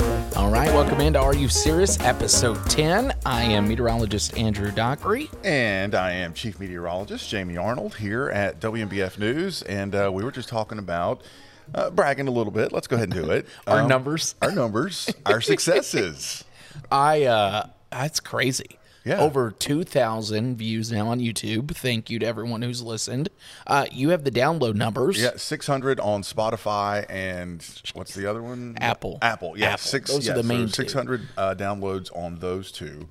right, welcome into Are You Serious, episode 10. I am meteorologist Andrew Dockery. And I am Chief Meteorologist Jamie Arnold here at WMBF News. And uh, we were just talking about uh, bragging a little bit. Let's go ahead and do it. Um, Our numbers. Our numbers, our successes. I, uh, that's crazy. Yeah. Over 2,000 views now on YouTube. Thank you to everyone who's listened. Uh, you have the download numbers. Yeah, 600 on Spotify and what's the other one? Apple. Apple, yeah. Apple. Six, Those are yeah, the so main two. 600 uh, downloads on those two.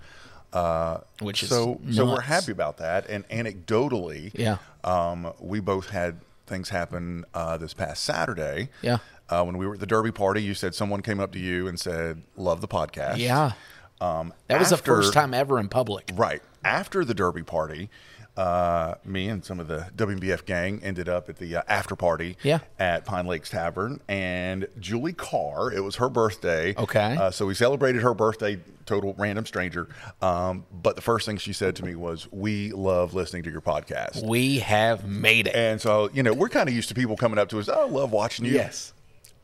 Uh, Which is so, so we're nuts. happy about that. And anecdotally, Yeah. um, we both had things happen uh, this past Saturday. Yeah. Uh, when we were at the Derby party, you said someone came up to you and said, "Love the podcast." Yeah. Um, That was the after- first time ever in public. Right. After the Derby party, uh, me and some of the WBF gang ended up at the uh, after party Yeah. at Pine Lakes Tavern. And Julie Carr, it was her birthday. Okay. Uh, so we celebrated her birthday, total random stranger. Um, but the first thing she said to me was, We love listening to your podcast. We have made it. And so, you know, we're kind of used to people coming up to us, "Oh, I love watching you. Yes.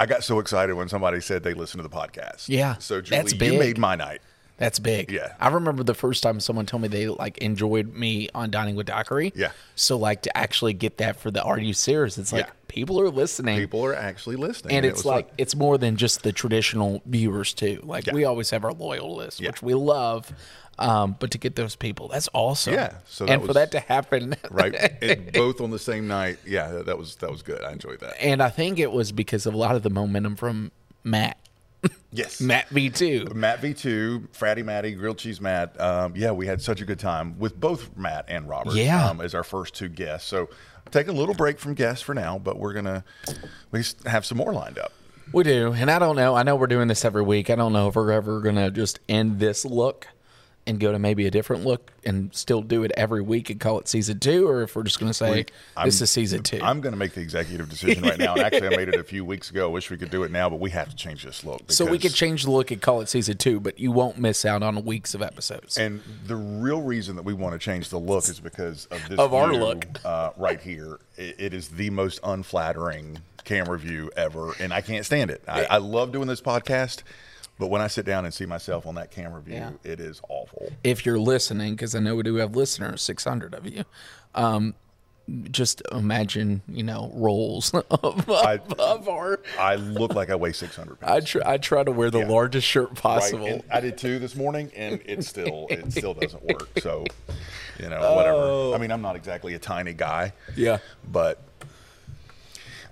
I got so excited when somebody said they listened to the podcast. Yeah. So, Julie, That's big. you made my night. That's big. Yeah. I remember the first time someone told me they like enjoyed me on Dining with Dockery. Yeah. So like to actually get that for the Are You Serious? It's like Yeah. people are listening. People are actually listening. and it it's was like it's more than just the traditional viewers too. Like Yeah. we always have our loyal list, Yeah. which we love. Um, but to get those people, that's awesome. Yeah, so that and for was- that to happen, right? and both on the same night. Yeah, that- that was that was good. I enjoyed that. and I think it was because of a lot of the momentum from Matt, Yes, Matt, Matt V two. V two, Fratty Matty, Grilled Cheese Matt. Um, yeah, we had such a good time with both Matt and Robert. Yeah. um, as our first two guests. So taking a little break from guests for now, but we're gonna we s- have some more lined up. We do, and I don't know. I know we're doing this every week. I don't know if we're ever gonna just end this look and go to maybe a different look and still do it every week and call it season two, or if we're just gonna say I'm- this is season 2 I'm going to make the executive decision right now. And actually, I made it a few weeks ago. I wish we could do it now, but we have to change this look. so we because- could change the look and call it season two, but you won't miss out on weeks of episodes. And the real reason that we want to change the look is because of this Of our view, look. uh, right here. It, it is the most unflattering camera view ever, and I can't stand it. I, I love doing this podcast, but when I sit down and see myself on that camera view, Yeah. it is awful. if you're listening, because I know we do have listeners, 600 of you. Um, just imagine, you know, rolls of, of, of our. I look like I weigh 600 pounds. I try, I try to wear the largest shirt Right? possible. And I did too this morning, and it still it still doesn't work. So, you know, whatever. I mean, I'm not exactly a tiny guy, Oh. yeah. but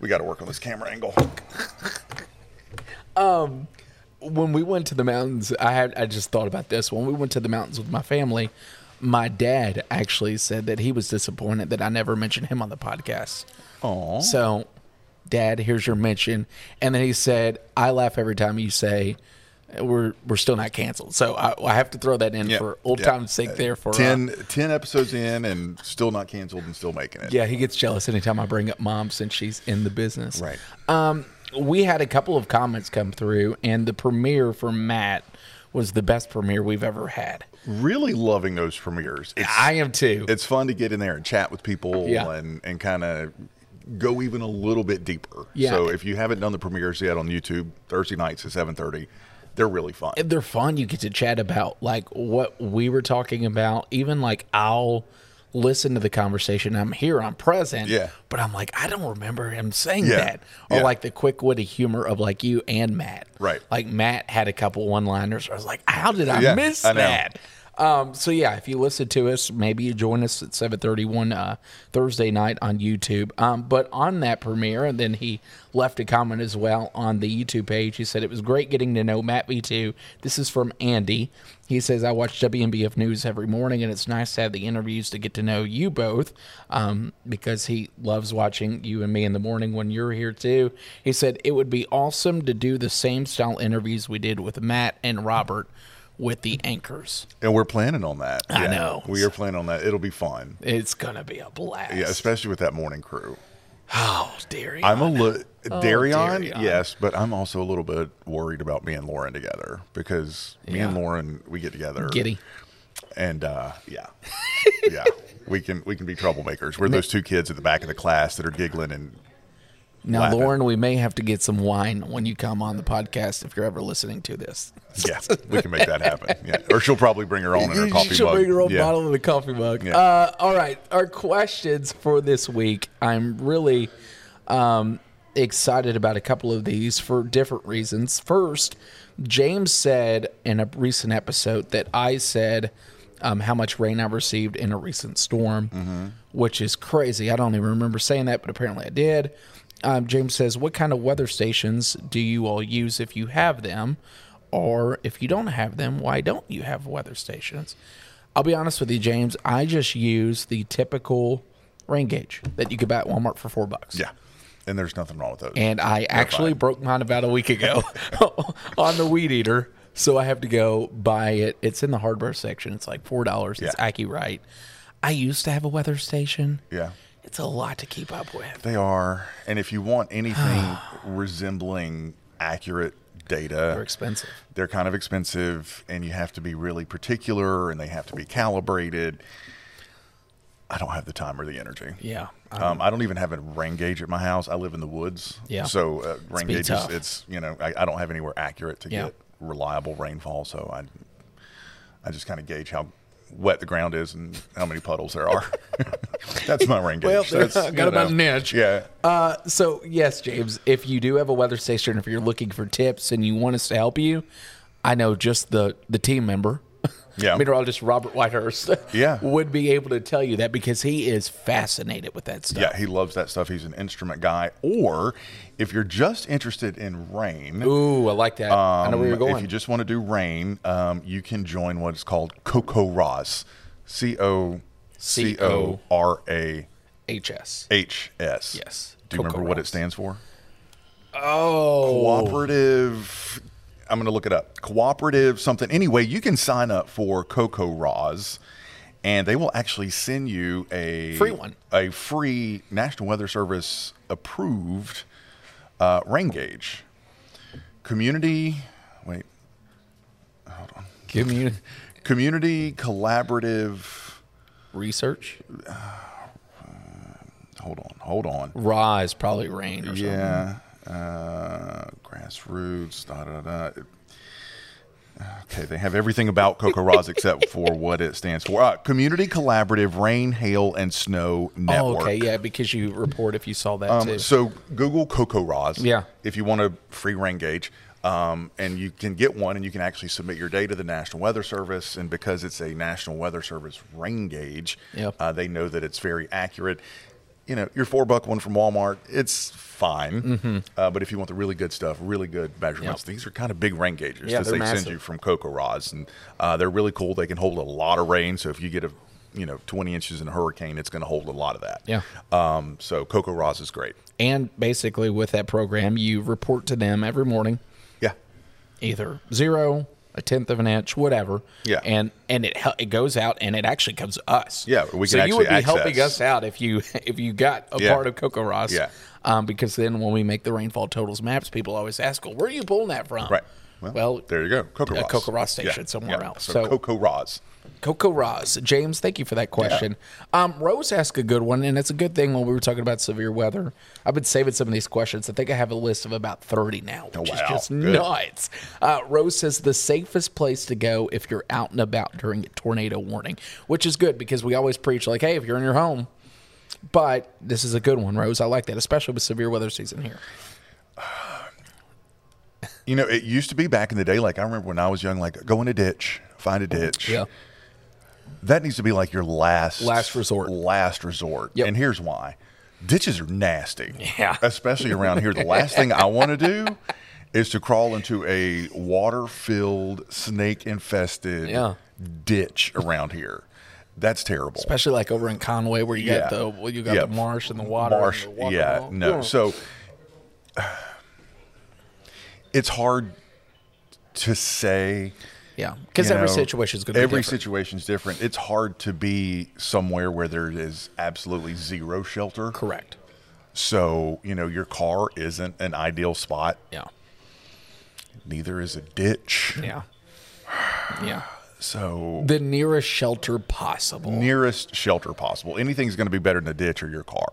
we got to work on this camera angle. When we went to the mountains, I had I just thought about this. When we went to the mountains with my family, my dad actually said that he was disappointed that I never mentioned him on the podcast. Aw. So, Dad, here's your mention. And then he said, I laugh every time you say we're we're still not canceled. So I, I have to throw that in Yeah, for old yeah. time's sake there for uh, 10, 10 episodes in and still not canceled and still making it. yeah, he gets jealous anytime I bring up mom since she's in the business. Right. Um, we had a couple of comments come through, and the premiere for Matt was the best premiere we've ever had. Really loving those premieres. It's, I am too. it's fun to get in there and chat with people Yeah. and, and kind of go even a little bit deeper. Yeah. So if you haven't done the premieres yet on YouTube, Thursday nights at 7.30, they're really fun. they're fun. You get to chat about like what we were talking about. Even like I'll listen to the conversation. I'm here. I'm present. Yeah. But I'm like I don't remember him saying Yeah. that. Or Yeah. like the quick witty humor of like you and Matt. Right. Like Matt had a couple one liners. I was like, how did I Yeah, miss I know. that? Um, so yeah, if you listen to us, maybe you join us at seven thirty one uh, Thursday night on YouTube. Um, but on that premiere, and then he left a comment as well on the YouTube page. He said it was great getting to know Matt V two. This is from Andy. He says I watch WMBF news every morning, and it's nice to have the interviews to get to know you both um, because he loves watching you and me in the morning when you're here too. He said it would be awesome to do the same style interviews we did with Matt and Robert with the anchors. And we're planning on that. I know. We are planning on that. It'll be fun. It's gonna be a blast. Yeah, especially with that morning crew. Oh, dearie. I'm a little Darion, Oh, Darion. yes, but I'm also a little bit worried about me and Lauren together because me and Yeah. Lauren we get together. giddy. and uh, yeah, yeah, we can we can be troublemakers. We're those two kids at the back of the class that are giggling and Now, Laughing. Lauren, we may have to get some wine when you come on the podcast if you're ever listening to this. Yeah, we can make that happen. Yeah, or she'll probably bring her own in her coffee She'll mug. bring her own yeah. bottle in a coffee mug. Yeah. Uh, all right, our questions for this week. I'm really um, excited about a couple of these for different reasons. First, James said in a recent episode that I said um, how much rain I received in a recent storm, which is crazy. I don't even remember saying that, but apparently I did. Um, James says, What kind of weather stations do you all use if you have them? Or if you don't have them, why don't you have weather stations? I'll be honest with you, James. I just use the typical rain gauge that you could buy at Walmart for four bucks Yeah, and there's nothing wrong with those. and I actually broke mine about a week ago on the weed eater. So I have to go buy it. It's in the hardware section. It's like four dollars. It's Yeah. AccuRite. I used to have a weather station. yeah, It's a lot to keep up with. they are. And if you want anything resembling accurate data, They're expensive. they're kind of expensive and you have to be really particular and they have to be calibrated. I don't have the time or the energy. Yeah. Um, I don't even have a rain gauge at my house. I live in the woods. Yeah. So uh, rain be gauges, tough. it's, you know, I, I don't have anywhere accurate to Yeah. get reliable rainfall. So I, I just kind of gauge how wet the ground is and how many puddles there are. That's my rain gauge. Well, That's, got you about know, an inch. Yeah. Uh, so yes, James, if you do have a weather station, if you're looking for tips and you want us to help you, I know just the the team member, Yeah. meteorologist Robert Whitehurst, Yeah. would be able to tell you that because he is fascinated with that stuff. Yeah, he loves that stuff. He's an instrument guy. Or if you're just interested in rain, Ooh, I like that. I know where you're um, If going. you just want to do rain, um, you can join what's called Coco Ros, C O C O R A HS. H S. Yes, Do you remember what it CocoRoz. stands for? Oh, Cooperative. I'm going to look it up. Cooperative something. Anyway, you can sign up for Coco Ros, and they will actually send you a Free one. a free National Weather Service approved uh, rain gauge. Community. Wait. give me community collaborative research. hold on hold on Raw is probably rain or something. yeah uh, grassroots da da da okay they have everything about coco Roz except for what it stands for uh, community collaborative rain hail and snow Oh, network okay, yeah, because you report if you saw that too. Um, So Google Coco Roz. Yeah. If you want a free rain gauge, um, and you can get one, and you can actually submit your data to the National Weather Service. And because it's a National Weather Service rain gauge, Yep. uh, they know that it's very accurate. You know, your four buck one from Walmart, it's fine. Mm-hmm. Uh, but if you want the really good stuff, really good measurements, these are kind of big rain gauges Yeah, that they're they massive. send you from Coco Roz, and uh, they're really cool. They can hold a lot of rain. So if you get a you know, 20 inches in a hurricane, it's going to hold a lot of that. Yeah. Um, so Coco Roz is great. and basically, with that program, you report to them every morning. Yeah. either zero, a tenth of an inch, whatever. Yeah. And and it hel- it goes out and it actually comes to us. Yeah, we so can you would be actually helping access. us out if you if you got a Yeah. part of Coco Ross. Yeah. Um, because then when we make the rainfall totals maps, people always ask, "Well, where are you pulling that from?" Right. Well, there you go. Coco a Roz. Coco Roz station somewhere else. So, So- Coco Roz. Coco Roz. James, thank you for that question. Um, Rose asked a good one, and it's a good thing when we were talking about severe weather. I've been saving some of these questions. I think I have a list of about 30 now, which is Oh, wow. just Good. nuts. Uh, Rose says the safest place to go if you're out and about during a tornado warning, which is good because we always preach, like, hey, if you're in your home, but this is a good one, Rose. I like that, especially with severe weather season here. You know, it used to be back in the day, like I remember when I was young, like go in a ditch, find a ditch. Yeah. That needs to be like your last Last resort. Last resort. Yep. And here's why. Ditches are nasty. Yeah. Especially around here. The last thing I want to do is to crawl into a water filled, snake infested Yeah. ditch around here. That's terrible. Especially like over in Conway where you got the well, you got Yeah. the marsh and the water. and Marsh, the water yeah, wall. no. So it's hard to say yeah, because you every know, situation is going to be every different. situation's different. It's hard to be somewhere where there is absolutely zero shelter. Correct. So you know your car isn't an ideal spot. Yeah. Neither is a ditch. Yeah. Yeah. So The nearest shelter possible. nearest shelter possible. Anything's going to be better than a ditch or your car.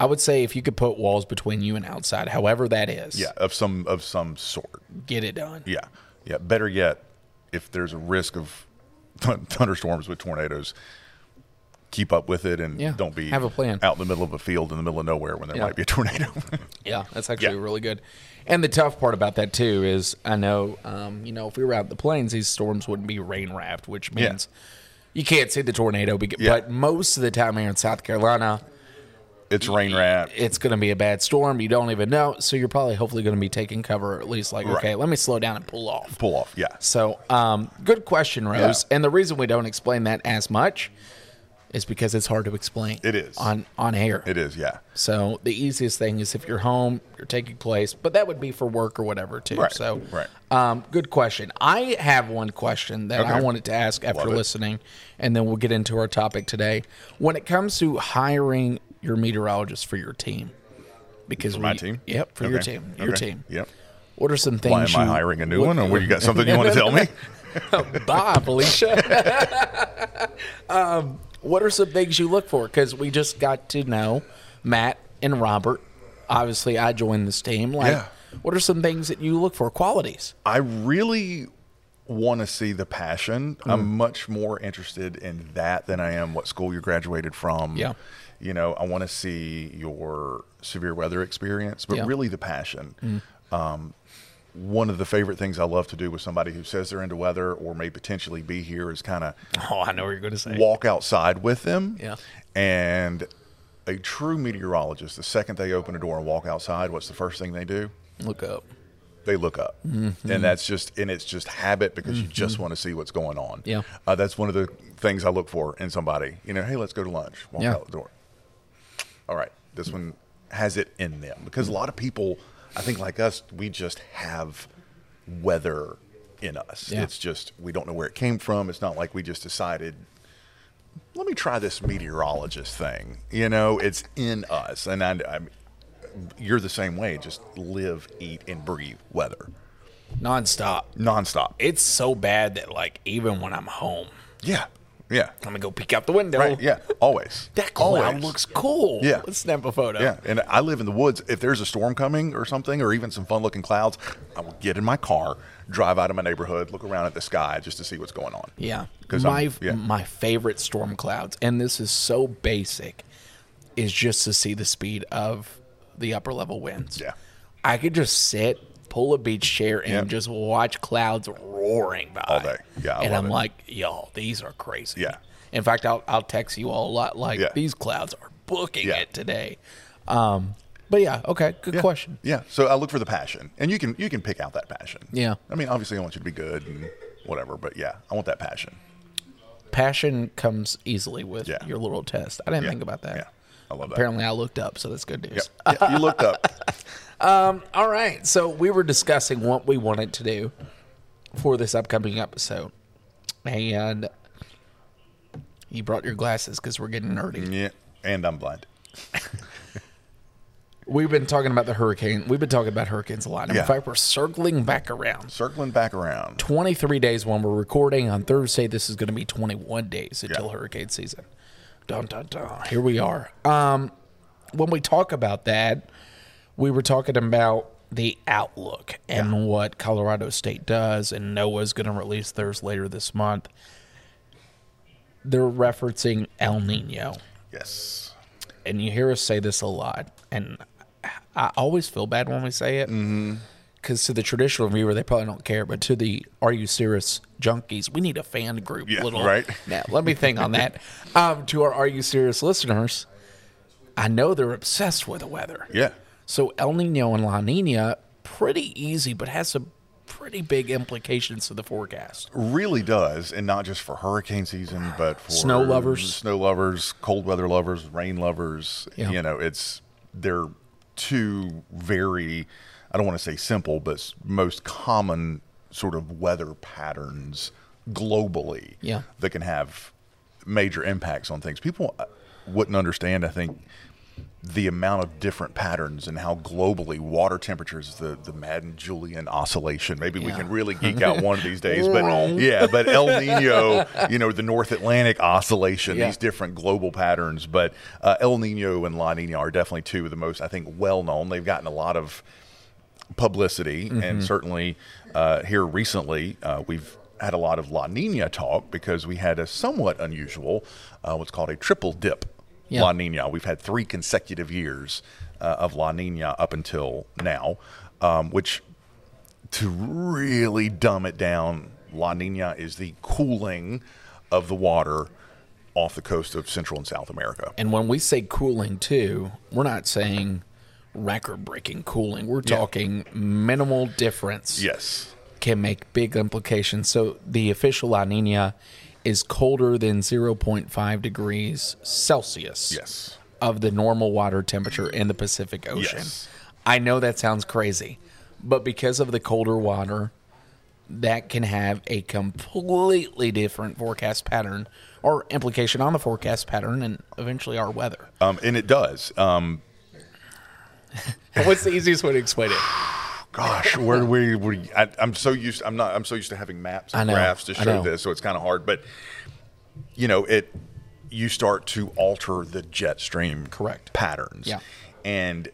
I would say if you could put walls between you and outside, however that is, Yeah, of some of some sort. get it done. Yeah, yeah. Better yet, if there's a risk of thun- thunderstorms with tornadoes, keep up with it and Yeah, don't be have a plan. out in the middle of a field in the middle of nowhere when there Yeah. might be a tornado. Yeah, that's actually Yeah. really good. And the tough part about that too is I know, um, you know, if we were out in the plains, these storms wouldn't be rain wrapped, which Yeah. means you can't see the tornado. bec- Yeah. But most of the time here in South Carolina, it's rain wrapped. it's going to be a bad storm. You don't even know, so you're probably hopefully going to be taking cover or at least like, Right. okay, let me slow down and pull off. Pull off. Yeah. So, um, good question, Rose. Yeah. And the reason we don't explain that as much is because it's hard to explain. It is. on on air. It is. Yeah. So the easiest thing is if you're home, you're taking place, but that would be for work or whatever too. Right, So, right. Um, good question. I have one question that I Okay. wanted to ask after Love it. listening, and then we'll get into our topic today. When it comes to hiring your meteorologist for your team, because My we- team. yep, for your Okay. team, your Okay. team. Yep. What are some things? Why am I you- hiring a new what- one? Or what, you got something you want to tell me? Bye, Felicia. um, what are some things you look for? Because we just got to know Matt and Robert. Obviously, I joined this team. Like, Yeah. what are some things that you look for? Qualities. I really want to see the passion. I'm Mm. much more interested in that than I am what school you graduated from. Yeah. You know, I want to see your severe weather experience, but Yeah. Mm. really the passion. Um, one of the favorite things I love to do with somebody who says they're into weather or may potentially be here is kind of Oh, I know what you're going to say. walk outside with them. Yeah. And a true meteorologist, the second they open a door and walk outside, what's the first thing they do? Look up. they look up Mm-hmm. and that's just and it's just habit because you just want to see what's going on Yeah. uh, that's one of the things i look for in somebody you know hey let's go to lunch walk Yeah. out the door all right this one has it in them because a lot of people i think like us we just have weather in us Yeah. it's just we don't know where it came from it's not like we just decided let me try this meteorologist thing you know it's in us and i, I you're the same way just live eat and breathe weather Nonstop. nonstop. It's so bad that, like, even when I'm home, yeah, yeah, I'm going to go peek out the window. right, yeah, always. That cloud Always. looks cool. Yeah. Let's snap a photo. Yeah, and I live in the woods. If there's a storm coming or something, or even some fun-looking clouds, I will get in my car, drive out of my neighborhood, look around at the sky just to see what's going on. Yeah. 'Cause my I'm- yeah. my favorite storm clouds, and this is so basic, is just to see the speed of the upper level winds. Yeah. I could just sit, pull a beach chair, and Yeah. just watch clouds roaring by All day. Yeah, I and love I'm it. like, y'all, these are crazy. Yeah. In fact, I'll I'll text you all a lot. Like Yeah. these clouds are booking Yeah. it today. Um. But yeah. Okay. Good Yeah. question. Yeah, so I look for the passion, and you can you can pick out that passion. Yeah. I mean, obviously, I want you to be good and whatever, but yeah, I want that passion. Passion comes easily with Yeah. your little test. I didn't Yeah. think about that. Yeah, I love that. Apparently, I looked up, so that's good news. Yep. Yeah, you looked up. All right. So we were discussing what we wanted to do for this upcoming episode. And you brought your glasses because we're getting nerdy. Yeah, and I'm blind. We've been talking about the hurricane. We've been talking about hurricanes a lot. And Yeah. In fact, we're circling back around. Circling back around. 23 days when we're recording on Thursday. This is going to be 21 days until Yeah. hurricane season. Dun, dun, dun. Here we are. Um, when we talk about that, we were talking about the outlook and what Colorado State does, and NOAA's going to release theirs later this month. They're referencing El Nino, Yes. and you hear us say this a lot, and I always feel bad when we say it. Mm-hmm. Because to the traditional viewer, they probably don't care, but to the "Are you serious?" junkies, we need a fan group. Yeah, little right. Now, let me think on that. Um, to our "Are you serious?" listeners, I know they're obsessed with the weather. Yeah. So El Nino and La Nina, pretty easy, but has some pretty big implications to the forecast. really does, and not just for hurricane season, but for Snow lovers. snow lovers, cold weather lovers, rain lovers. Yeah. You know, it's they're two very, I don't want to say simple, but s- most common sort of weather patterns globally. Yeah. that can have major impacts on things. People uh, wouldn't understand, I think, the amount of different patterns and how globally water temperatures the the Madden Julian oscillation. Maybe we Yeah. can really geek out one of these days. But yeah, but El Nino, you know, the North Atlantic oscillation, Yeah. these different global patterns. But uh, El Nino and La Nina are definitely two of the most I think well known. They've gotten a lot of publicity, Mm-hmm. and certainly uh, here recently, uh, we've had a lot of La Nina talk because we had a somewhat unusual, uh, what's called a triple dip Yeah. La Nina. We've had three consecutive years uh, of La Nina up until now, um, which to really dumb it down, La Nina is the cooling of the water off the coast of Central and South America. And when we say cooling too, we're not saying record breaking cooling. We're Yeah. talking minimal difference Yes. can make big implications. So the official La Nina is colder than 0.5 degrees Celsius Yes. of the normal water temperature in the Pacific Ocean. Yes. I know that sounds crazy, but because of the colder water, that can have a completely different forecast pattern or implication on the forecast pattern and eventually our weather. Um, and it does. Um, What's the easiest way to explain it? gosh, where we, we I, I'm so used. I'm not. I'm so used to having maps I and know, graphs to I show know. this, so it's kind of hard. But you know, it you start to alter the jet stream Correct. patterns, Yeah. and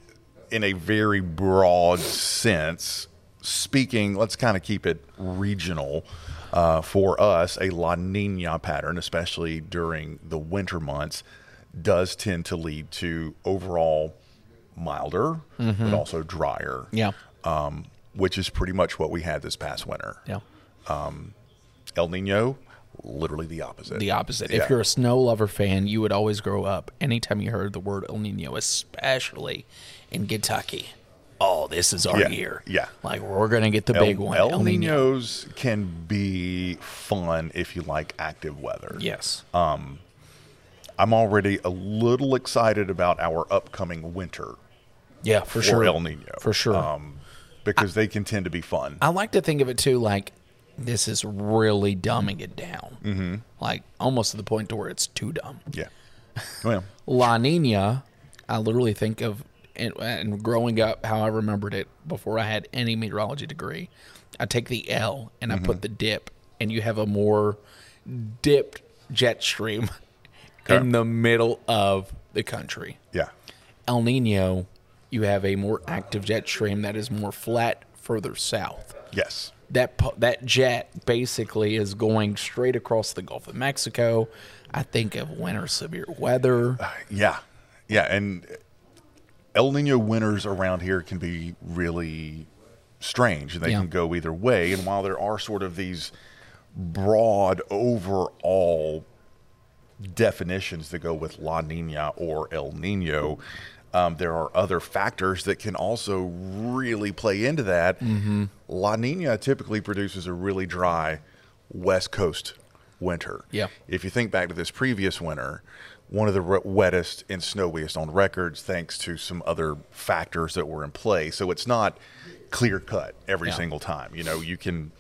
in a very broad sense, speaking, let's kind of keep it regional. Uh, for us, a La Nina pattern, especially during the winter months, does tend to lead to overall milder, but also drier Mm-hmm. Yeah. um, which is pretty much what we had this past winter. Yeah. El Nino, literally the opposite. The opposite. Yeah. If you're a snow lover fan, you would always grow up anytime you heard the word El Nino, especially in Kentucky. Oh, this is our Yeah, year. yeah. Like we're gonna get the El, big one. El, Ninos can be fun if you like active weather. Yes. Um, I'm already a little excited about our upcoming winter yeah, for for sure. El Nino. For sure. Um, because they can tend to be fun. I like to think of it too like this is really dumbing it down. Mm-hmm. Like almost to the point to where it's too dumb. yeah. Well, La Nina, I literally think of and, and growing up how I remembered it before I had any meteorology degree. I take the L and I put the dip, and you have a more dipped jet stream Okay. in the middle of the country. yeah. El Nino, you have a more active jet stream that is more flat further south Yes. that pu- that jet basically is going straight across the Gulf of Mexico. I think of winter severe weather. Uh, Yeah. Yeah. And uh, El Nino winters around here can be really strange and they Yeah. can go either way. And while there are sort of these broad overall definitions that go with La Nina or El Nino, um, there are other factors that can also really play into that. Mm-hmm. La Nina typically produces a really dry West Coast winter. Yeah. If you think back to this previous winter, one of the re- wettest and snowiest on records, thanks to some other factors that were in play. So it's not clear cut every Yeah. single time. You know, you can,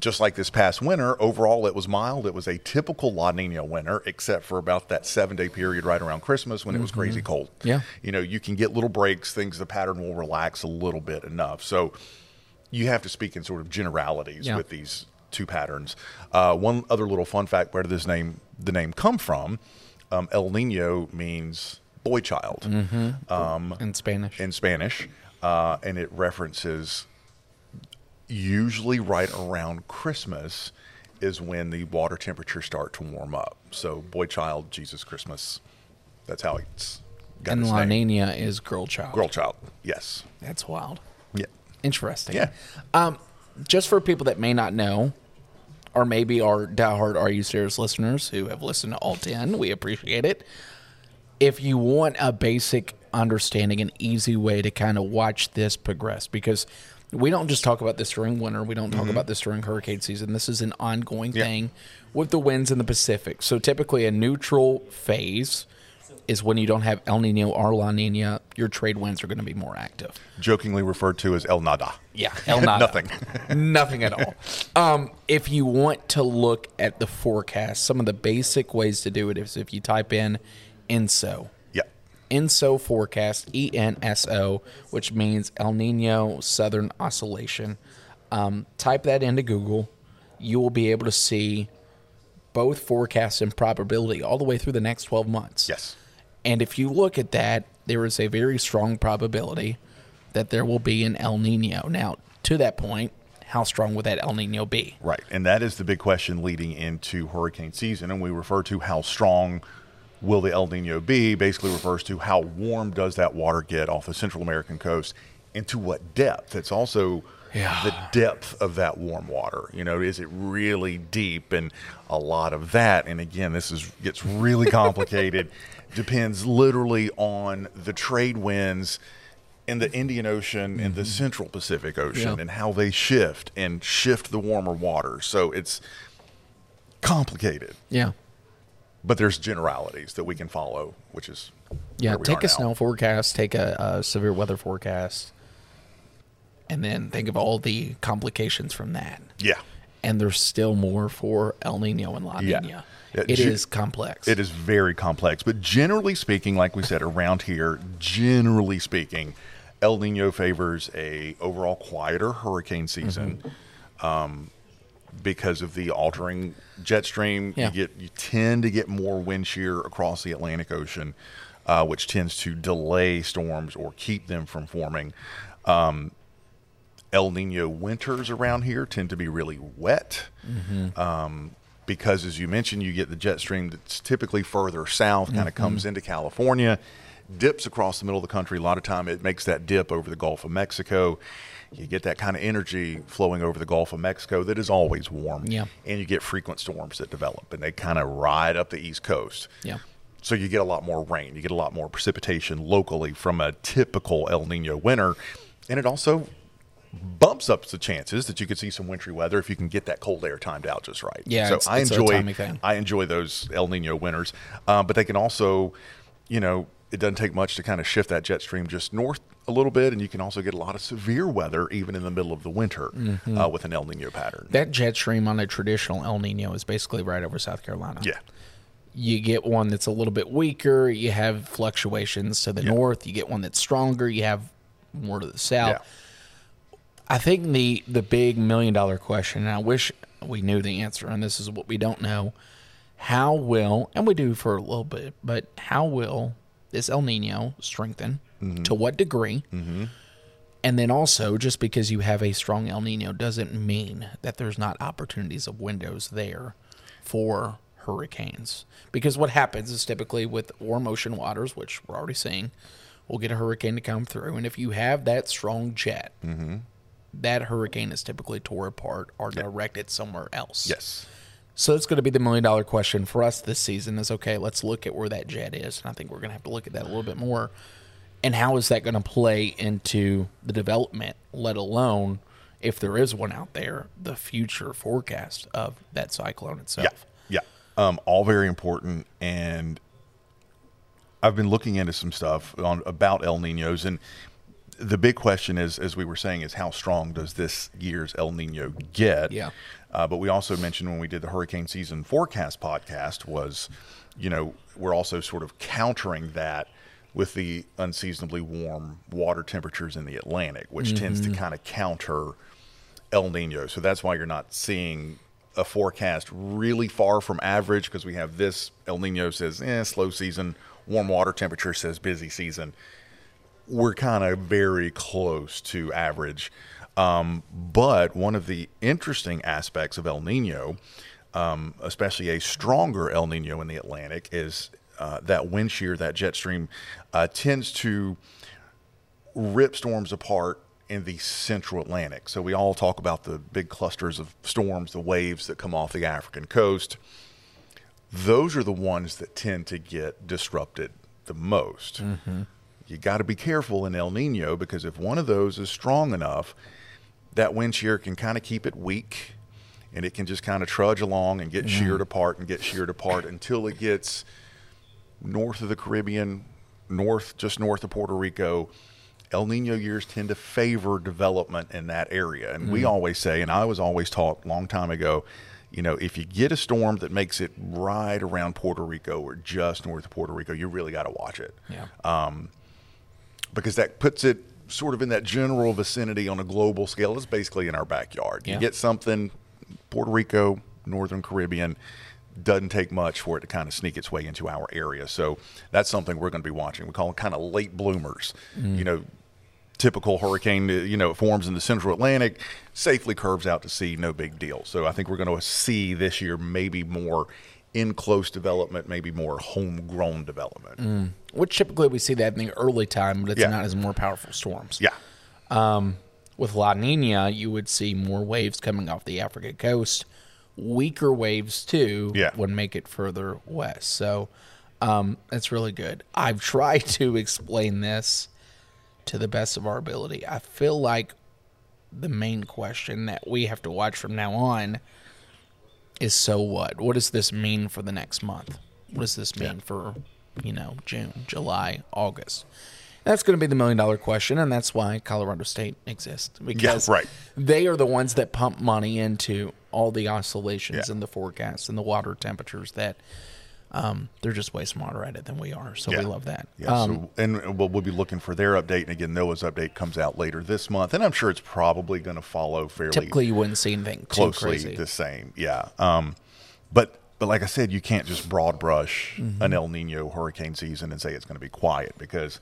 just like this past winter, overall it was mild. It was a typical La Nina winter, except for about that seven day period right around Christmas when it was crazy cold. Mm-hmm. Yeah. You know, you can get little breaks, things, the pattern will relax a little bit enough. So you have to speak in sort of generalities Yeah. with these two patterns. Uh, one other little fun fact: where did this name the name come from? Um, El Nino means boy child Mm-hmm. in Spanish. in Spanish, uh, and it references usually right around Christmas is when the water temperatures start to warm up. So boy child, Jesus Christmas. That's how it's got and its La name. Nina is girl child. Girl child. Yes. That's wild. Yeah. Interesting. Yeah. Um, just for people that may not know, or maybe our diehard Are You Serious listeners who have listened to all 10, we appreciate it. If you want a basic understanding, an easy way to kind of watch this progress, because we don't just talk about this during winter, we don't talk about this during hurricane season. This is an ongoing thing with the winds in the Pacific. So typically, a neutral phase is when you don't have El Nino or La Nina, your trade winds are going to be more active. Jokingly referred to as El Nada. Yeah, El Nada. Nothing. Nothing at all. Um, if you want to look at the forecast, some of the basic ways to do it is if you type in INSO, Yeah. ENSO forecast, E ENSO, which means El Nino Southern Oscillation. Um, type that into Google. You will be able to see both forecasts and probability all the way through the next 12 months. Yes. And if you look at that, there is a very strong probability that there will be an El Nino. Now, to that point, how strong would that El Nino be? Right. And that is the big question leading into hurricane season. And we refer to how strong will the El Nino be, basically refers to how warm does that water get off the Central American coast and to what depth. It's also Yeah. the depth of that warm water. You know, is it really deep and a lot of that? And again, this is gets really complicated. Depends literally on the trade winds in the Indian Ocean and the Central Pacific Ocean Yeah. and how they shift and shift the warmer water. So it's complicated Yeah. but there's generalities that we can follow, which is Yeah. where we Take are a now. snow forecast, take a, a severe weather forecast, and then think of all the complications from that. Yeah, And there's still more for El Nino and La Yeah. Nina. Yeah, It is ju- complex. it is very complex, but generally speaking, like we said around here, generally speaking, El Nino favors a overall quieter hurricane season. Um, Mm-hmm. because of the altering jet stream, Yeah. you get you tend to get more wind shear across the Atlantic Ocean, uh, which tends to delay storms or keep them from forming. Um, El Nino winters around here tend to be really wet. Mm-hmm. Um, because, as you mentioned, you get the jet stream that's typically further south, Mm-hmm. kind of comes into California, dips across the middle of the country. A lot of time it makes that dip over the Gulf of Mexico. You get that kind of energy flowing over the Gulf of Mexico that is always warm. Yeah. And you get frequent storms that develop and they kind of ride up the East Coast. Yeah. So you get a lot more rain, you get a lot more precipitation locally from a typical El Nino winter, and it also bumps up the chances that you could see some wintry weather if you can get that cold air timed out just right. Yeah, so it's- I it's a enjoy timing thing. I enjoy those El Nino winters, uh, but they can also, you know, it doesn't take much to kind of shift that jet stream just north a little bit, and you can also get a lot of severe weather even in the middle of the winter Mm-hmm. uh, with an El Nino pattern. that jet stream on a traditional El Nino is basically right over South Carolina. yeah. you get one that's a little bit weaker. You have fluctuations to the north. You get one that's stronger. You have more to the south. Yeah. I think the the big million dollar question, and I wish we knew the answer, and this is what we don't know. How will, and we do for a little bit, but how will this El Nino strengthen? To what degree? And then also, just because you have a strong El Nino doesn't mean that there's not opportunities of windows there for hurricanes. Because what happens is typically with warm ocean waters, which we're already seeing, we'll get a hurricane to come through. And if you have that strong jet, that hurricane is typically tore apart or directed somewhere else. Yes. So that's going to be the million dollar question for us this season is okay, let's look at where that jet is. And I think we're going to have to look at that a little bit more. And how is that going to play into the development, let alone if there is one out there, the future forecast of that cyclone itself? Yeah, yeah. Um, all very important. And I've been looking into some stuff on about El Ninos, and the big question is, as we were saying, is how strong does this year's El Nino get? Yeah. Uh, but we also mentioned when we did the hurricane season forecast podcast was, you know, we're also sort of countering that with the unseasonably warm water temperatures in the Atlantic, which tends to kind of counter El Nino. So that's why you're not seeing a forecast really far from average because we have this El Nino says eh, slow season, warm water temperature says busy season. We're kind of very close to average. Um, but one of the interesting aspects of El Nino, um, especially a stronger El Nino in the Atlantic, is uh, that wind shear, that jet stream, uh, tends to rip storms apart in the central Atlantic. So we all talk about the big clusters of storms, the waves that come off the African coast. Those are the ones that tend to get disrupted the most. You got to be careful in El Nino because if one of those is strong enough, that wind shear can kind of keep it weak and it can just kind of trudge along and get sheared apart and get sheared apart until it gets north of the Caribbean, north just north of Puerto Rico, El Nino years tend to favor development in that area. And we always say, and I was always taught long time ago, you know, if you get a storm that makes it right around Puerto Rico or just north of Puerto Rico, you really got to watch it Uh, Yeah. because that puts it sort of in that general vicinity on a global scale. It's basically in our backyard. Yeah. You get something, Puerto Rico, Northern Caribbean, doesn't take much for it to kind of sneak its way into our area. So that's something we're going to be watching. We call them kind of late bloomers. You know, typical hurricane, uh, you know, it forms in the central Atlantic, safely curves out to sea, no big deal. So I think we're going to see this year maybe more in close development, maybe more homegrown development. Which typically we see that in the early time, but it's Yeah. not as more powerful storms. Yeah. With La Nina, you would see more waves coming off the Africa coast, weaker waves too, Yeah. would make it further west. So um, that's really good. I've tried to explain this to the best of our ability. I feel like the main question that we have to watch from now on is so what? What does this mean for the next month? What does this mean for, you know, June, July, August? That's going to be the million dollar question, and that's why Colorado State exists because right. they are the ones that pump money into all the oscillations Yeah. and the forecasts and the water temperatures that um, they're just way smarter at it than we are. So we Yeah. love that. Um, Yeah, so, and we'll, we'll be looking for their update. And again, Noah's update comes out later this month, and I'm sure it's probably going to follow fairly typically, you wouldn't see anything too closely crazy. the same. Yeah, um, but but like I said, you can't just broad brush Mm-hmm. an El Nino hurricane season and say it's going to be quiet because,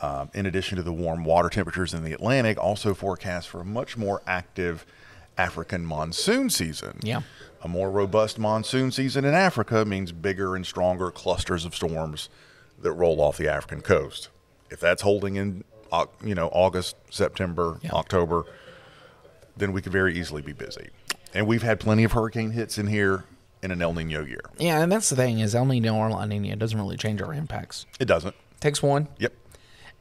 um, in addition to the warm water temperatures in the Atlantic, also forecast for a much more active African monsoon season. Yeah. A more robust monsoon season in Africa means bigger and stronger clusters of storms that roll off the African coast. If that's holding in, Au- you know, August, September, Yeah. October, then we could very easily be busy. And we've had plenty of hurricane hits in here in an El Nino year. yeah, and that's the thing is El Nino or La Nina doesn't really change our impacts. It doesn't. takes one, Yep.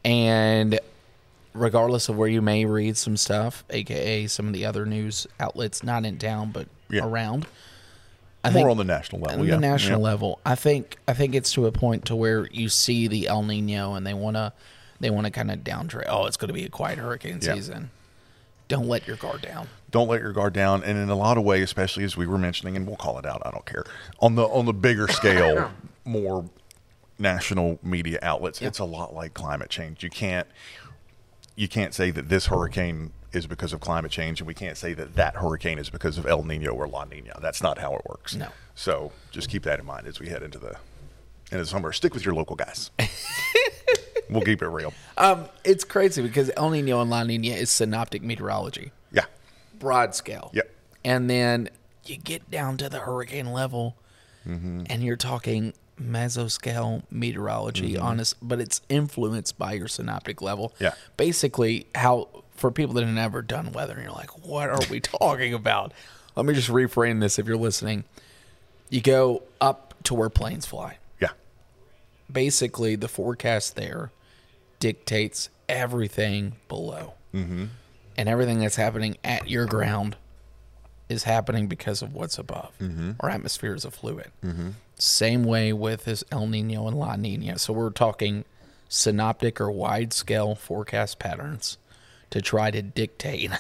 and regardless of where you may read some stuff, aka some of the other news outlets not in town but Yeah. around, I More think on the national level. on yeah. the national Yeah. level, I think I think it's to a point to where you see the El Nino and they wanna they wanna kind of downtrade. Oh, it's going to be a quiet hurricane Yeah. season. Don't let your guard down. don't let your guard down and in a lot of ways especially as we were mentioning and we'll call it out i don't care on the on the bigger scale more national media outlets it's a lot like climate change you can't you can't say that this hurricane is because of climate change and we can't say that that hurricane is because of el nino or la nina that's not how it works No. so just keep that in mind as we head into the into the summer stick with your local guys we'll keep it real Um, it's crazy because El Nino and La Nina is synoptic meteorology. yeah broad scale. Yep. And then you get down to the hurricane level, Mm-hmm. and you're talking mesoscale meteorology on us, but it's influenced by your synoptic level. Mm-hmm. Yeah. Basically, how for people that have never done weather, and you're like, what are we talking about? Let me just reframe this if you're listening. You go up to where planes fly. yeah Basically, the forecast there dictates everything below and everything that's happening at your ground is happening because of what's above. Our atmosphere is a fluid. Same way with this El Nino and La Nina. So we're talking synoptic or wide scale forecast patterns to try to dictate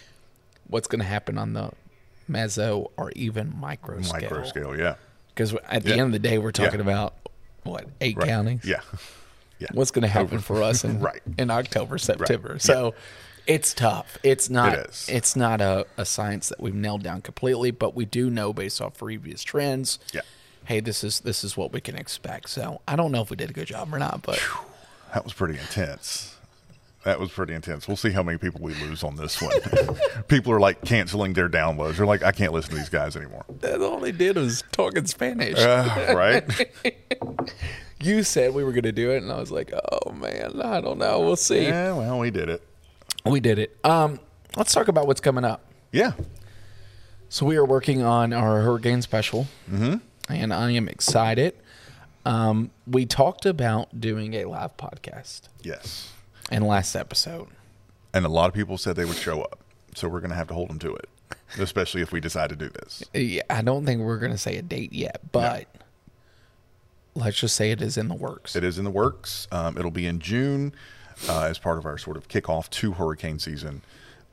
what's going to happen on the meso or even micro scale. micro scale yeah Because at the Yeah. end of the day, we're Yeah. talking about what eight counties yeah yeah what's going to happen for us in, Right. in October, September. So it's tough. It's not. It is. It's not a, a science that we've nailed down completely, but we do know based off previous trends. Yeah. Hey, this is this is what we can expect. So I don't know if we did a good job or not, but That was pretty intense. That was pretty intense. We'll see how many people we lose on this one. people are like canceling their downloads. They're like, I can't listen to these guys anymore. that's all they did was talk in Spanish. Uh, right? you said we were going to do it, and I was like, oh man, I don't know. We'll see. yeah, Eh, well, we did it. We did it. Um, let's talk about what's coming up. Yeah. So we are working on our hurricane special, mm-hmm. and I am excited. Um, we talked about doing a live podcast Yes. in last episode. And a lot of people said they would show up. So we're going to have to hold them to it, especially if we decide to do this. Yeah, I don't think we're going to say a date yet, but let's just say it is in the works. It is in the works. Um, it'll be in June uh, as part of our sort of kickoff to hurricane season.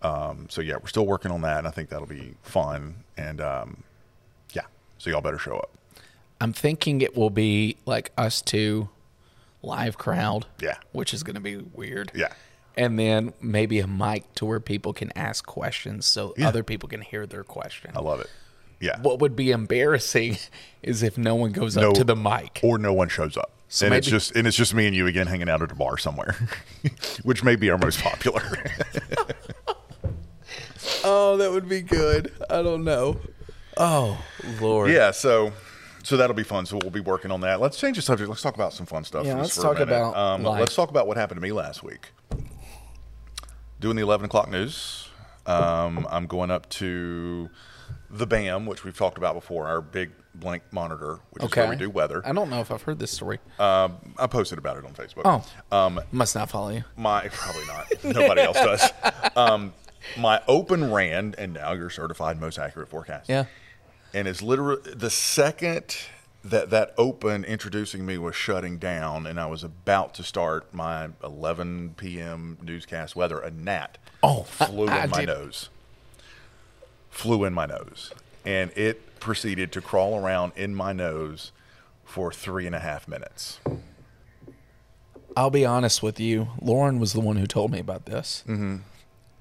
Um, so yeah, we're still working on that, and I think that'll be fun. And um, So y'all better show up. I'm thinking it will be like us two, live crowd. Yeah. Which is going to be weird. Yeah. And then maybe a mic to where people can ask questions so other people can hear their question. I love it. Yeah. What would be embarrassing is if no one goes No- up to the mic. or no one shows up. and it's maybe- just and it's just me and you again hanging out at a bar somewhere, which may be our most popular. Oh, that would be good. I don't know. Oh, Lord. yeah, so so that'll be fun. So we'll be working on that. Let's change the subject. Let's talk about some fun stuff. Yeah, just let's for a talk minute. about Um, life. let's talk about what happened to me last week. Doing the eleven o'clock news. Um, I'm going up to the BAM, which we've talked about before, our big blank monitor, which is where we do weather. I don't know if I've heard this story. Um, I posted about it on Facebook. Oh. Um, Must not follow you. My probably not. Nobody else does. Um, my open RAND, and now your certified most accurate forecast. Yeah. And it's literally the second that that open introducing me was shutting down, and I was about to start my 11 p.m. newscast weather. A gnat Oh, flew I in my did- nose. Flew in my nose, and it proceeded to crawl around in my nose for three and a half minutes. I'll be honest with you. Lauren was the one who told me about this. Mm-hmm.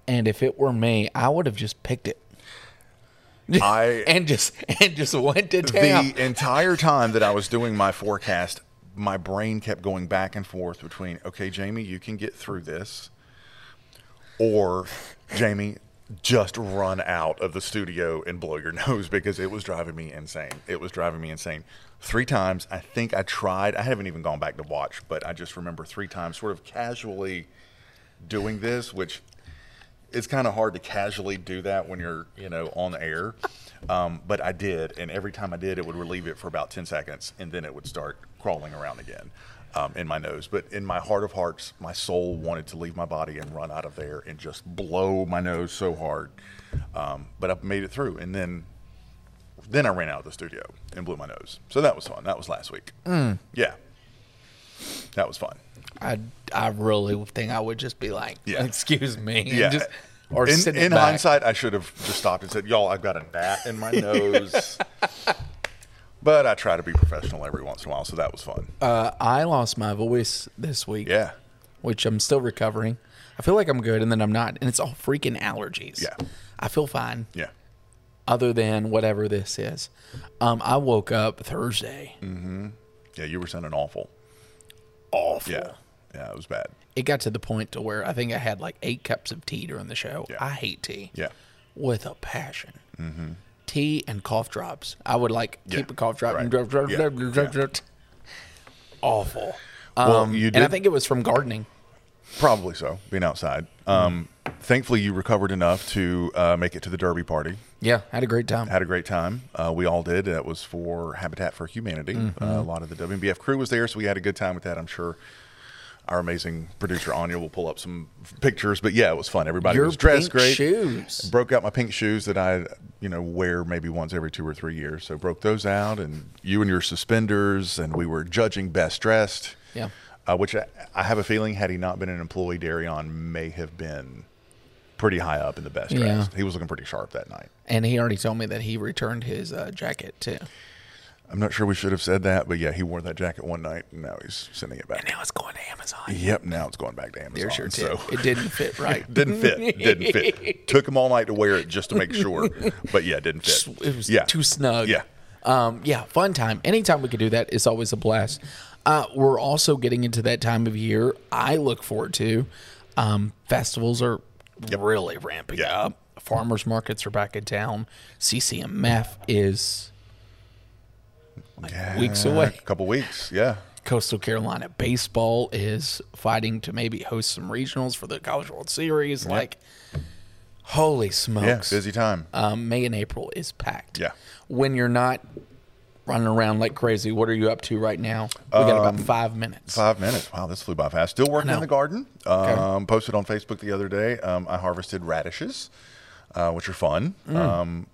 And if it were me, I would have just picked it. I- and just and just went to town. the entire time that I was doing my forecast, my brain kept going back and forth between, okay, Jamie, you can get through this, or Jamie, just run out of the studio and blow your nose because it was driving me insane. It was driving me insane. Three times, I think I tried. I haven't even gone back to watch, but I just remember three times, sort of casually doing this, which it's kind of hard to casually do that when you're, you know, on the air. Um, but I did, and every time I did, it would relieve it for about ten seconds, and then it would start crawling around again um, in my nose. But in my heart of hearts, my soul wanted to leave my body and run out of there and just blow my nose so hard. Um, but I made it through, and then then I ran out of the studio and blew my nose. So that was fun. That was last week. Yeah, that was fun. I I really think I would just be like, Yeah. excuse me. and Yeah. just- or in, sit in back. hindsight, I should have just stopped and said, "Y'all, I've got a gnat in my nose." but I try to be professional every once in a while, so that was fun. Uh, I lost my voice this week. yeah, Which I'm still recovering. I feel like I'm good and then I'm not. And it's all freaking allergies. Yeah. I feel fine. yeah. other than whatever this is. Um, I woke up Thursday. Mm. Yeah, you were sounding awful. Awful. Yeah. Yeah, it was bad. It got to the point to where I think I had like eight cups of tea during the show. Yeah. I hate tea. Yeah. With a passion. Mm-hmm. Tea and cough drops. I would like keep Yeah, a cough drop right. and drop, drop, Yeah, drop, drop, drop, yeah. drop. Awful. Well, Um, you And I did- think it was from gardening. Probably so, being outside. Um, Mm-hmm. Thankfully, you recovered enough to uh, make it to the Derby party. Yeah, I had a great time. Had a great time. Uh, we all did. That was for Habitat for Humanity. Mm-hmm. Uh, a lot of the WMBF crew was there, so we had a good time with that. I'm sure our amazing producer Anya will pull up some f- pictures. But yeah, it was fun. Everybody Your was dressed pink great. shoes. Broke out my pink shoes that I, you know, wear maybe once every two or three years. So broke those out, and you and your suspenders, and we were judging best dressed. Yeah. Uh, which I, I have a feeling, had he not been an employee, Darion may have been pretty high up in the best Yeah. dressed. He was looking pretty sharp that night. And he already told me that he returned his uh, jacket too. I'm not sure we should have said that, but yeah, he wore that jacket one night, and now he's sending it back. Now it's going to Amazon. Yep, now it's going back to Amazon. There's your tip. so- It didn't fit right. didn't fit. Didn't fit. Took him all night to wear it just to make sure, but yeah, didn't fit. just- it was yeah. too snug. Yeah. Um, yeah, fun time. Anytime we could do that, it's always a blast. Uh, we're also getting into that time of year I look forward to. Um, festivals are really ramping Yeah. up. Farmers markets are back in town. CCMF is Yeah, weeks away. A couple weeks. Yeah. Coastal Carolina baseball is fighting to maybe host some regionals for the College World Series. Like, holy Yeah. smokes! Busy time. um, May and April is packed. Yeah. When you're not running around like crazy, what are you up to right now? We got about five minutes. Um, Five minutes. Wow, this flew by fast. Still working know. in the garden. Um, Posted on Mm. Facebook the other day. Um, I harvested radishes, uh, which are fun. Um,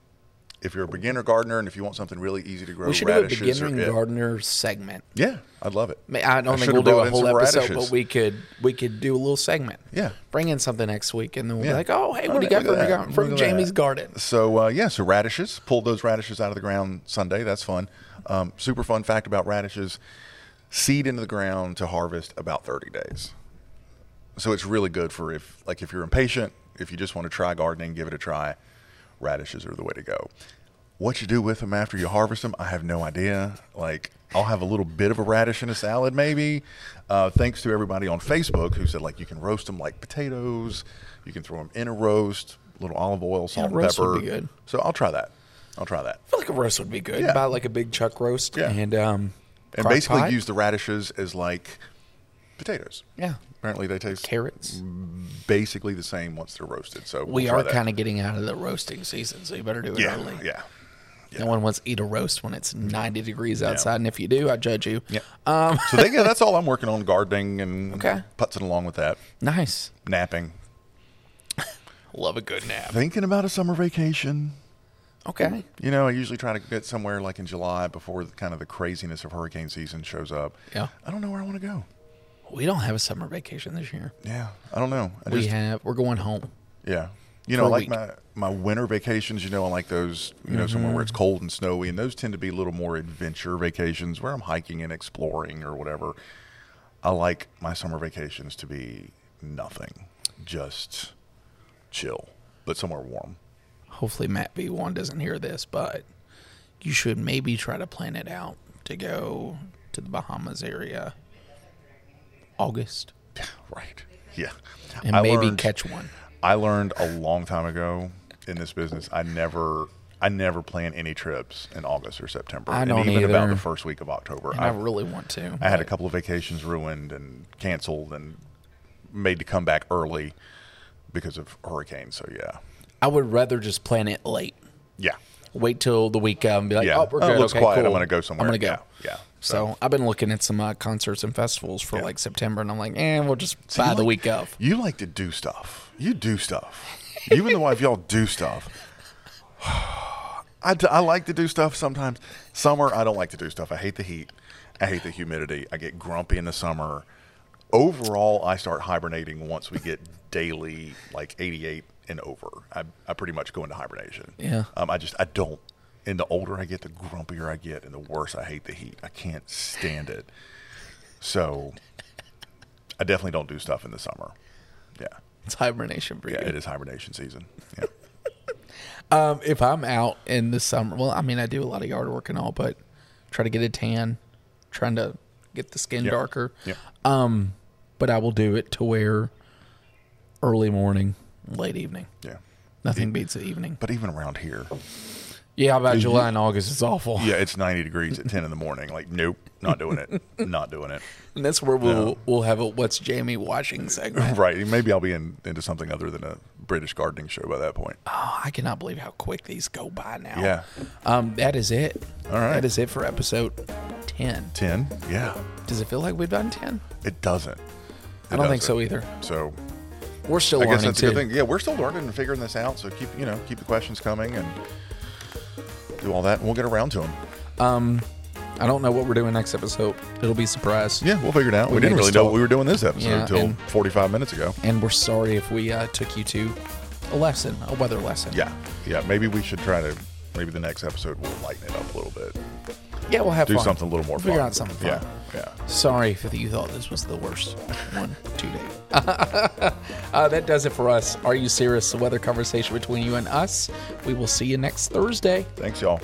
if you're a beginner gardener and if you want something really easy to grow, We should do a radishes beginning are it. gardener segment. Yeah, I'd love it. Ma- I don't I think should've we'll do brought a in whole some episode, radishes. but we could we could do a little segment. Yeah. Bring in something next week, and then we'll Yeah. be like, oh, hey, what All do you got right, look at from, your that. gar- from Look at Jamie's that. garden? So uh, yeah, so radishes. Pulled those radishes out of the ground Sunday. That's fun. Um, super fun fact about radishes: seed into the ground to harvest about thirty days. So it's really good for if like if you're impatient, if you just want to try gardening, give it a try. Radishes are the way to go. What you do with them after you harvest them, I have no idea. Like I'll have a little bit of a radish in a salad, maybe. Uh, thanks to everybody on Facebook who said like you can roast them like potatoes, you can throw them in a roast, little olive oil, salt, and roast pepper. would be good. So I'll try that. I'll try that. I feel like a roast would be good. Yeah. Buy like a big chuck roast Yeah. and um And crock basically pot. use the radishes as like potatoes. yeah Apparently they taste carrots. basically the same once they're roasted. So We we'll are try Mm, that. kind of getting out of the roasting season, so you better do it yeah, early. yeah. Mm-hmm. No one wants to eat a roast when it's 90 degrees outside, and if you do, I judge you. Um, Yeah. so they, yeah, that's all I'm working on gardening and Okay. putzing along with that, Nice. napping, Love a good nap. thinking about a summer vacation. Okay. You know, I usually try to get somewhere like in July before the, kind of the craziness of hurricane season shows up. Yeah. I don't know where I want to go. We don't have a summer vacation this year. Yeah, I don't know. I We just, have. We're going home. yeah. You For know, I a like week. my, my winter vacations, you know, I like those, you know, somewhere Mm-hmm. where it's cold and snowy, and those tend to be a little more adventure vacations where I'm hiking and exploring or whatever. I like my summer vacations to be nothing, just chill, but somewhere warm. Hopefully, Matt B1 doesn't hear this, but you should maybe try to plan it out to go to the Bahamas area August Right. Yeah. and I maybe learned- catch one. I learned a long time ago in this business. I never, I never plan any trips in August or September, I and don't even about either. the first week of October. And I, I, really want to. I had a but couple of vacations ruined and canceled, and made to come back early because of hurricanes. So yeah, I would rather just plan it late. yeah, Wait till the week of and be like, yeah. oh, we're good. it looks okay, quiet. I'm cool. going to go somewhere. I'm going to go. Yeah. yeah. So, I've been looking at some uh, concerts and festivals for like September, and I'm like, eh, we'll just you buy the like- week of. You like to do stuff. You do stuff. you and the wife, y'all do stuff. I, d- I like to do stuff sometimes. Summer, I don't like to do stuff. I hate the heat. I hate the humidity. I get grumpy in the summer. Overall, I start hibernating once we get daily, like 88 and over. I, I pretty much go into hibernation. Yeah. Um, I just, I don't. And the older I get, the grumpier I get, and the worse I hate the heat. I can't stand it. So I definitely don't do stuff in the summer. Yeah. It's hibernation for Yeah, you. it is hibernation season. Yeah. Um, if I'm out in the summer, well, I mean, I do a lot of yard work and all, but try to get a tan, trying to get the skin Yep. darker. Yep. Um, but I will do it to where early morning, late evening. Yeah. Nothing beats the evening. But even around here, Yeah, about July and August, it's awful. yeah, it's 90 degrees at 10 in the morning. Like, nope, not doing it. not doing it. And that's where we'll we'll have a "What's Jamie watching?" segment. Right. Maybe I'll be in, into something other than a British gardening show by that point. Oh, I cannot believe how quick these go by now. Yeah. Um, that is it. All right. That is it for episode ten. 10? Yeah. Does it feel like we've done ten? It doesn't. I don't think so either. So We're still I guess learning that's too. a good thing. Yeah, we're still learning and figuring this out. So keep, you know, keep the questions coming and do all that. And we'll get around to them. I don't know what we're doing next episode. It'll be a surprise. Yeah, we'll figure it out. We, We didn't may really just know talk- we were doing this episode Yeah, until and- 45 minutes ago. And we're sorry if we uh, took you to a lesson, a weather lesson. Yeah, yeah. Maybe we should try to. Maybe the next episode we'll lighten it up a little bit. Yeah, we'll have Do fun. something a little more Figure fun. out something fun. Yeah, yeah. Sorry if you thought this was the worst one today. uh, that does it for us. Are you serious? The weather conversation between you and us. We will see you next Thursday. Thanks, y'all.